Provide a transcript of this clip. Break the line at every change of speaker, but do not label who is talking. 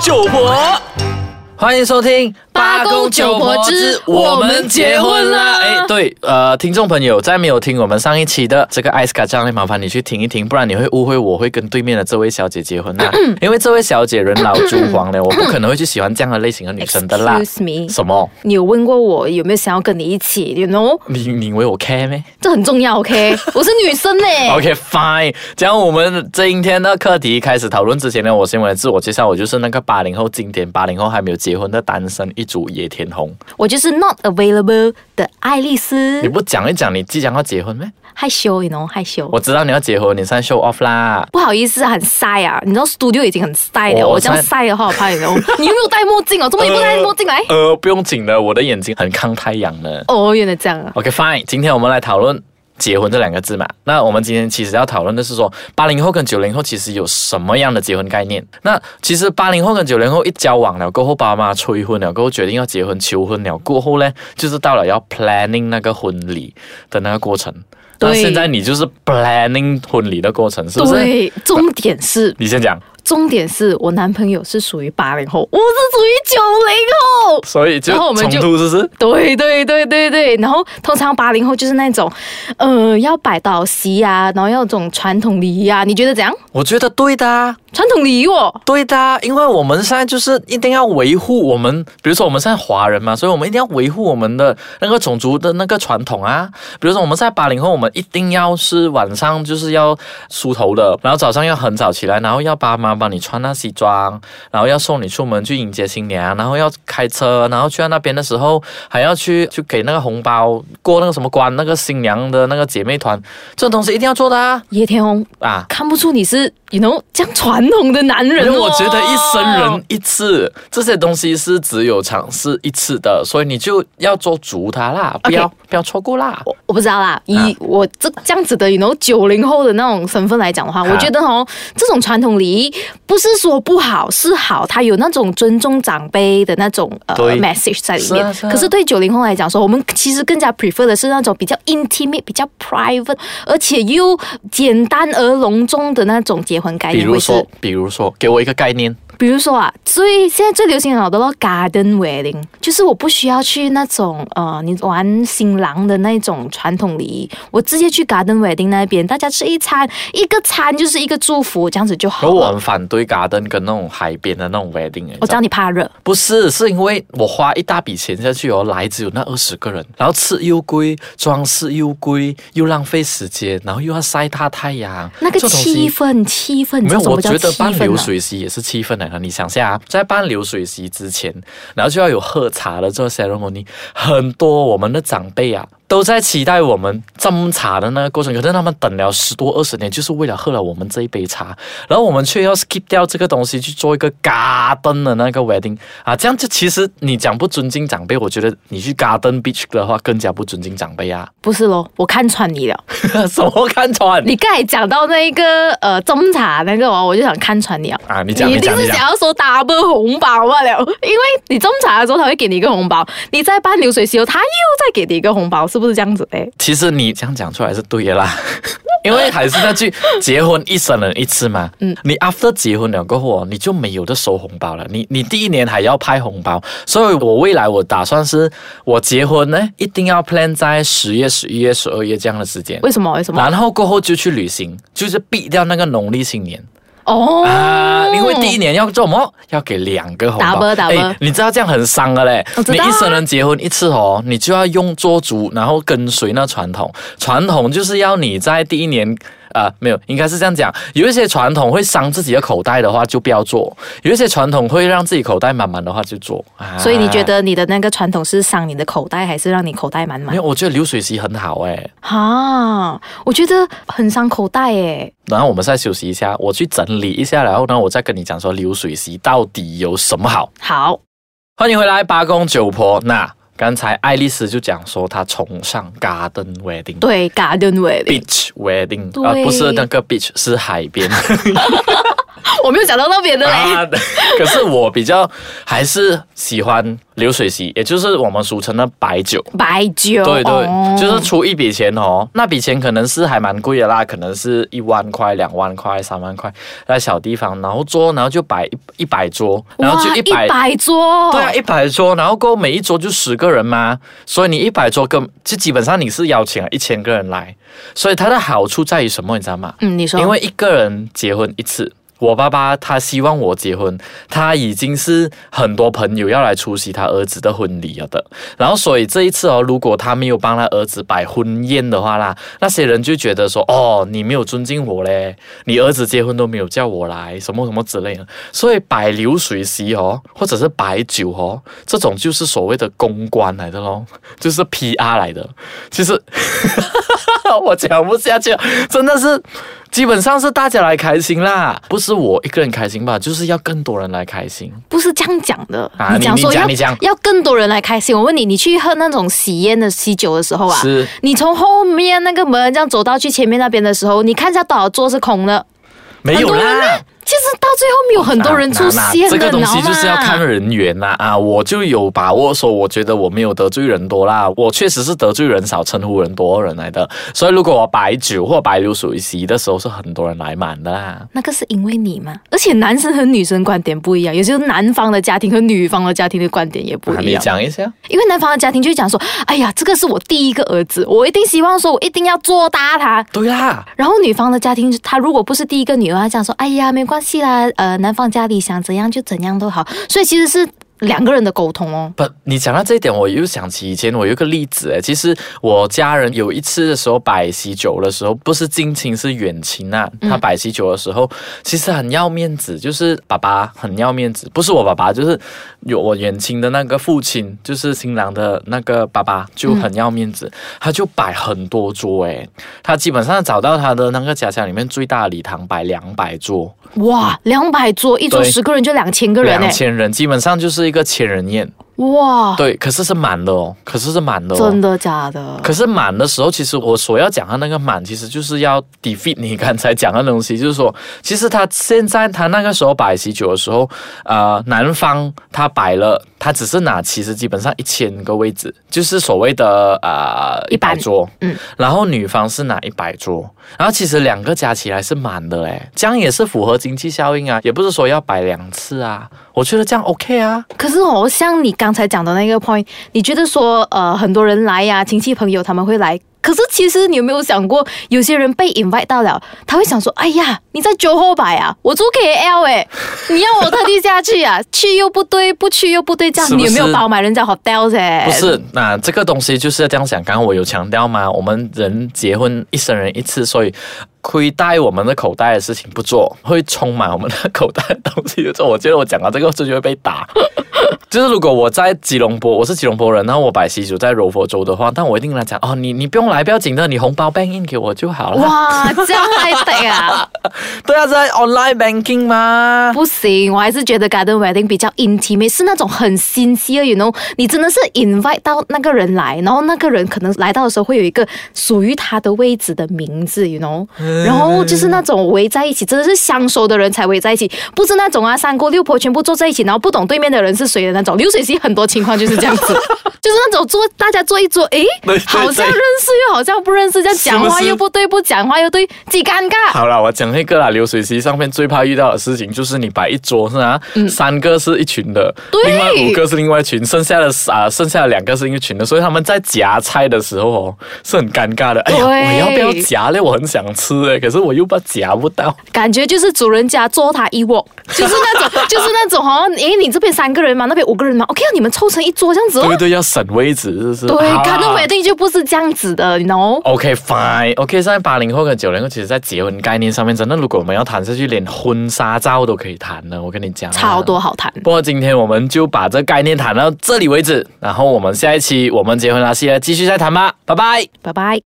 九婆，欢迎收听
八公九婆之我们结婚啦
哎，对，呃，听众朋友，在没有听我们上一期的这个艾斯卡酱呢，麻烦你去听一听，不然你会误会我会跟对面的这位小姐结婚啦。
嗯
因为这位小姐人老珠黄了，我不可能会去喜欢这样的类型的女生的啦。
Excuse me，
什么？
你有问过我有没有想要跟你一起，you know？
你你以为我 care 咩？
这很重要，OK？我是 女生呢、
OK fine，这样我们今天的课题开始讨论之前呢，我先来自我介绍，我就是那个八零后经典，八零后还没有结婚的单身一族野田红。
我就是 not available 的爱丽丝
你，不讲一讲你即将要结婚咩？
害羞，you know？害羞。
我知道你要结婚，你现在 show off 啦。
不好意思，很晒啊！你知道 studio 已经很晒了，
我
我这样晒的话，我怕你哦。你有没有戴墨镜哦？怎么你不戴墨 镜来？
呃，不用紧的，我的眼睛很抗太阳的。
哦，原来这样啊！
OK fine，今天我们来讨论。结婚这两个字嘛，那我们今天其实要讨论的是说，八零后跟九零后其实有什么样的结婚概念？那其实八零后跟九零后一交往了过后，爸妈催婚了过后，决定要结婚求婚了过后呢，就是到了要 planning 那个婚礼的那个过程。那
对
现在你就是 planning 婚礼的过程，是不是？
对，重点是，
你先讲。
重点是我男朋友是属于八零后，我是属于九零后。
所以就
然后我
冲
们就
突是不是？
对对对对对，然后通常八零后就是那种，呃，要摆倒席啊，然后要有种传统礼仪啊，你觉得怎样？
我觉得对的、啊。
传统礼仪哦，
对的啊，因为我们现在就是一定要维护我们，比如说我们现在华人嘛，所以我们一定要维护我们的那个种族的那个传统啊。比如说我们在八零后，我们一定要是晚上就是要梳头的，然后早上要很早起来，然后要爸妈帮你穿那西装，然后要送你出门去迎接新娘，然后要开车，然后去到那边的时候还要去去给那个红包，过那个什么关，那个新娘的那个姐妹团，这种东西一定要做的啊
叶天红
啊。
看不出你是，you know，这样传统的男人、
因哎
哦。
为我觉得一生人一次，这些东西是只有尝试一次的，所以你就要做足它啦，不要不要错过啦。
我我不知道啦，以
啊
我这这样子的，you know，九零后的那种身份来讲的话，
啊
我觉得哦，这种传统礼仪不是说不好，是好，它有那种尊重长辈的那种呃
对
message 在里
是啊
面。
是啊
可是对九零后来讲说，我们其实更加 prefer 的是那种比较 intimate、比较 private，而且又简单而隆重的那种结婚概
比
念。
如
哎会是
说，，比如说，给我一个概念，
比如说啊，最现在最流行的都咯 garden wedding，就是我不需要去那种呃，你玩新郎的那种传统礼仪，我直接去 garden wedding 那边，大家吃一餐，一个餐就是一个祝福，这样子就好
可啊我
了。
很反对 garden 跟那种海边的那种 wedding 欸。
我知道你怕热，
不是，是因为我花一大笔钱下去哦，来只有那二十个人，然后吃又贵，装饰又贵，又浪费时间，然后又要晒大太阳，
那个
这东西
气氛，气氛，
没有，
这种
我
比较
觉得
气
办
氛啊
流
了
水席也是气氛来的。你想下、啊，在办流水席之前，然后就要有喝茶的这个 ceremony，很多我们的长辈啊。都在期待我们斟茶的那个过程，可是他们等了十多二十年，就是为了喝了我们这一杯茶，然后我们却要 skip 掉这个东西去做一个 garden 的那个 wedding 啊，这样就其实你讲不尊敬长辈，我觉得你去 garden beach 的话更加不尊敬长辈啊，
不是咯，我看穿你了。
什么看啊穿
你刚才讲到那一个呃斟茶那个哦，我就想看穿你啊。
啊？你讲
你一
你
定
讲
是
你讲
想，要收 double 红包罢了，因为你中茶的时候他会给你一个红包，你在办流水席后他又再给你一个红包，是不是这样子嘞？
其实你这样讲出来是对的啦， 因为还是那句，结婚一生人一次嘛。嗯，你 after 结婚了过后哦，你就没有的收红包了。你你第一年还要派红包，所以我未来我打算是，我结婚呢一定要 plan 在十月、十一月、十二月这样的时间，
为什么？为什么？
然后过后就去旅行，就是避掉那个农历新年。
哦，
啊，因为第一年要做什么？要给两个红包。
Double，
哎
double
你知道这样很伤的嘞。
我知
你
道啊
一生人结婚一次哦，你就要用做足，然后跟随那传统。传统就是要你在第一年。啊、没有，应该是这样讲。有一些传统会伤自己的口袋的话，就不要做；有一些传统会让自己口袋满满的话，就做。啊
所以你觉？得你的那个传统是伤你的口袋，还是让你口袋满
没
满？
有，我觉得流水席很好哎、
哈，我觉得很伤口袋诶。
然后我们再休息一下，我去整理一下，然后呢，我再跟你讲说流水席到底有什么好。
好，
欢迎回来，八公九婆。那刚才爱丽丝就讲说，她崇尚 garden 啊 wedding。
对，garden wedding，
Beach wedding，
对
呃，不是那个 beach，是海边。
我没有讲到那边的嘞。
啊，可是我比较还是喜欢流水席，也就是我们俗称的白酒。
白酒，
对对，
哦
就是出一笔钱哦，那笔钱可能是还蛮贵的啦，可能是一万块、两万块、三万块，在小地方，然后桌，然后就摆一一百桌，然后就
哇
一百。
百桌，
对啊，一百桌，然后够每一桌就十个人嘛，所以你一百桌跟就基本上你是邀请了一千个人来，所以它的好处在于什么，你知道吗？
嗯，你说，
因为一个人结婚一次。我爸爸他希望我结婚，他已经是很多朋友要来出席他儿子的婚礼了的。然后所以这一次哦，如果他没有帮他儿子摆婚宴的话啦，那些人就觉得说哦，你没有尊敬我嘞，你儿子结婚都没有叫我来，什么什么之类的。所以摆流水席哦，或者是摆酒哦，这种就是所谓的公关来的咯，就是 PR 来的。其实 我讲不下去了，真的是。基本上是大家来开心啦，不是我一个人开心吧，就是要更多人来开心。
不是这样讲的，
啊
讲
你你
说
讲
要
你讲
要更多人来开心。我问你，你去喝那种喜宴的喜酒的时候啊，
是
你从后面那个门这样走到去前面那边的时候，你看一下多少桌是空的，
没有
很多人
啦
呢，其实到最后没有很多人出
啊
现
这
的，
个
你
东
知道
西
吗？
就是要看人缘啦啊！我就有把握说，我觉得我没有得罪人多啦，我确实是得罪人少，称呼人多的人来的。所以如果我摆酒或摆流水席的时候，是很多人来满的啦。
那个是因为你嘛，而且男生和女生观点不一样，有时候男方的家庭和女方的家庭的观点也不
啊
一
你
样。
讲一下，
因为男方的家庭就会讲说，哎呀，这个是我第一个儿子，我一定希望说我一定要做大他。
对啦，
然后女方的家庭，她如果不是第一个女儿，她讲说，哎呀，没关系啦，呃，男方家里想怎样就怎样都好，所以其实是两个人的沟通哦。
不，你讲到这一点，我又想起以前我有一个例子诶，其实我家人有一次的时候摆喜酒的时候，不是近亲是远亲啊。他摆喜酒的时候，其实很要面子，就是爸爸很要面子，不是我爸爸，就是有我远亲的那个父亲，就是新郎的那个爸爸就很要面子，他就摆很多桌诶，他基本上找到他的那个家乡里面最大的礼堂摆两百桌，
哇，两百桌，一桌
对
十个人就两千个人
两
哎，
千人，基本上就是一个千人宴。
哇，
对，可是是满的哦，可是是满的哦。
真的假的？
可是满的时候，其实我所要讲的那个满，其实就是要 defeat 你刚才讲的东西，就是说，其实他现在他那个时候摆喜酒的时候，呃，男方他摆了，他只是拿其实基本上一千个位置，就是所谓的呃
一般
100桌，
嗯，
然后女方是拿一百桌，然后其实两个加起来是满的嘞，这样也是符合经济效应啊，也不是说要摆两次啊，我觉得这样 OK 啊，
可是哦，像你刚才讲的那个 point，你觉得说呃很多人来呀、亲戚朋友他们会来，可是其实你有没有想过，有些人被 invite 到了，他会想说，哎呀，你在酒后摆啊，我住 KL 哎、你要我特地下去啊，去又不对，不去又不对，这样
是不
你有没有
是
包买人家 hotel 哎、
不是，那、这个东西就是要这样想。刚刚我有强调嘛，我们人结婚一生人一次，所以亏待我们的口袋的事情不做，会充满我们的口袋的东西就做。我觉得我讲到这个，就就会被打。 就是如果我在吉隆坡，我是吉隆坡人，然后我摆喜酒在柔佛州的话，但我一定跟他讲哦，你你不用来，不要紧的，你红包 bank in 给我就好了。
哇，这样太对啊！
对啊，在 online banking 嘛。
不行，我还是觉得 garden wedding 比较 intimate，是那种很新鲜的，you know，你真的是 invite 到那个人来，然后那个人可能来到的时候会有一个属于他的位置的名字，you know，然后就是那种围在一起，真的是相熟的人才围在一起，不是那种啊三姑六婆全部坐在一起，然后不懂对面的人是谁的那种。流水席很多情况就是这样子， 就是那种坐大家坐一坐，诶
对，对
好像
对
认识又好像不认识，这样
是不
讲话
是
又不对，不讲话又对，几尴 尬。
好啦，我讲那个啦，流水席上面最怕遇到的事情就是你摆一桌是啊，
嗯
三个是一群的，
对
另外五个是另外一群，剩下的啊、剩下的两个是一群的，所以他们在夹菜的时候哦是很尴尬的。哎呀，
对
我要不要夹嘞？我很想吃哎，可是我又怕夹不到。
感觉就是主人家做他一窝， 就是那种，就是那种哦，诶，你这边三个人嘛，那边五个人嘛，OK 啊，你们凑成一桌这样子哦
对。对，要省位置是不是？
对，
好啦
可能 wedding 就不是这样子的，你 know？
OK fine OK，现在八零后跟九零后其实，在结婚概念上面，真的如果我们要谈下去，连婚纱照都可以谈了。我跟你讲啊，
超多好谈。
不过今天我们就把这概念谈到这里为止，然后我们下一期我们结婚啦系列继续再谈吧，拜拜。
拜拜。